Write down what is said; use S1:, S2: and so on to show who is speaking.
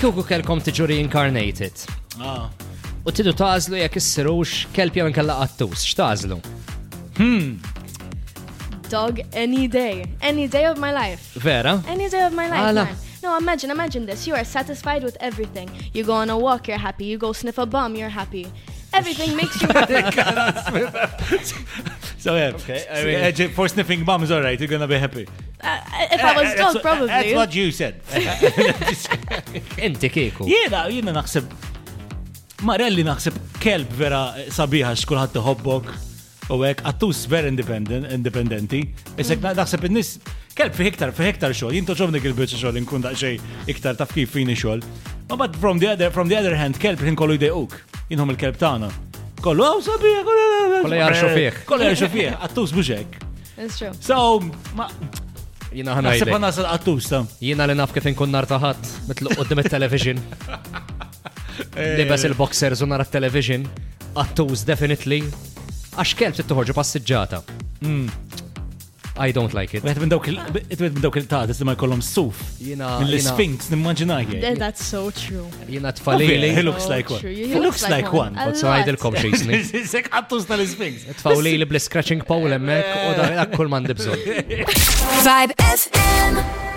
S1: kieku kelkom tiġu reincarnated.
S2: Ah.
S1: U tidu tażlu jekk issirux kelb jew inkella qattus, x'tażlu?
S3: Dog any day. Any day of my life.
S1: Vera?
S3: Any day of my life.
S1: Ala.
S3: man. No, imagine, imagine this. You are satisfied with everything. You go on a walk, you're happy. You go sniff a bum, you're happy. Everything makes you happy.
S2: So yeah, okay,
S1: I mean-
S2: for sniffing bums, all right, you're gonna be happy.
S3: Uh, if I was
S2: That's
S3: dog,
S2: what-
S3: probably.
S2: That's what you said.
S1: Inti kieku.
S2: Jena, jena naħseb. Marelli naħseb kelb vera sabiħa xkulħat tħobbok. U għek, għattus vera independent, independenti. Isek
S3: Mm.
S2: na- naħseb n-nis, kelb fi iktar, fi iktar xol. Jinto ġobni il-bicċa xol, nkun daċċej iktar taf kif fini xol. Ma bad from the other, from the other hand, kelb jien kollu jdejquk. Jinhom il-kelb tana. Kollu għaw sabiħa, kollu
S1: Kollu jarxu fih.
S2: Kollu jarxu fih, għattus buġek.
S3: It's true.
S2: So, ma,
S1: Jina
S2: naħseb
S1: ħanajdek.
S2: għanna għattus tam.
S1: Jina li naf kif inkun nar taħat, mitluq qoddim il-television.
S2: Eh.
S1: Libes il-boxers u nara il-television. Qattus definitely. Għax kelb tittuħorġu passiġġata.
S2: Hmm.
S1: I don't like it.
S2: Għet minn dawk il- wieħed minn dawk il-taħdis li ma jkollhom suf.
S1: Jina- jina-
S2: Mill-Sphinx, nimmaġinajje.
S3: Th- That's so true.
S1: Jina
S2: He
S1: tfalili.
S2: looks
S3: Oh,
S2: like one.
S3: true.
S2: He looks like one.
S3: A
S1: But so
S3: lot.
S1: għajdilkom xejsni.
S2: Sek għattus tal-Sphinx.
S1: Tfawlili bl-scratching powl emmek u da kull mandi bżon.
S4: Vibe FM.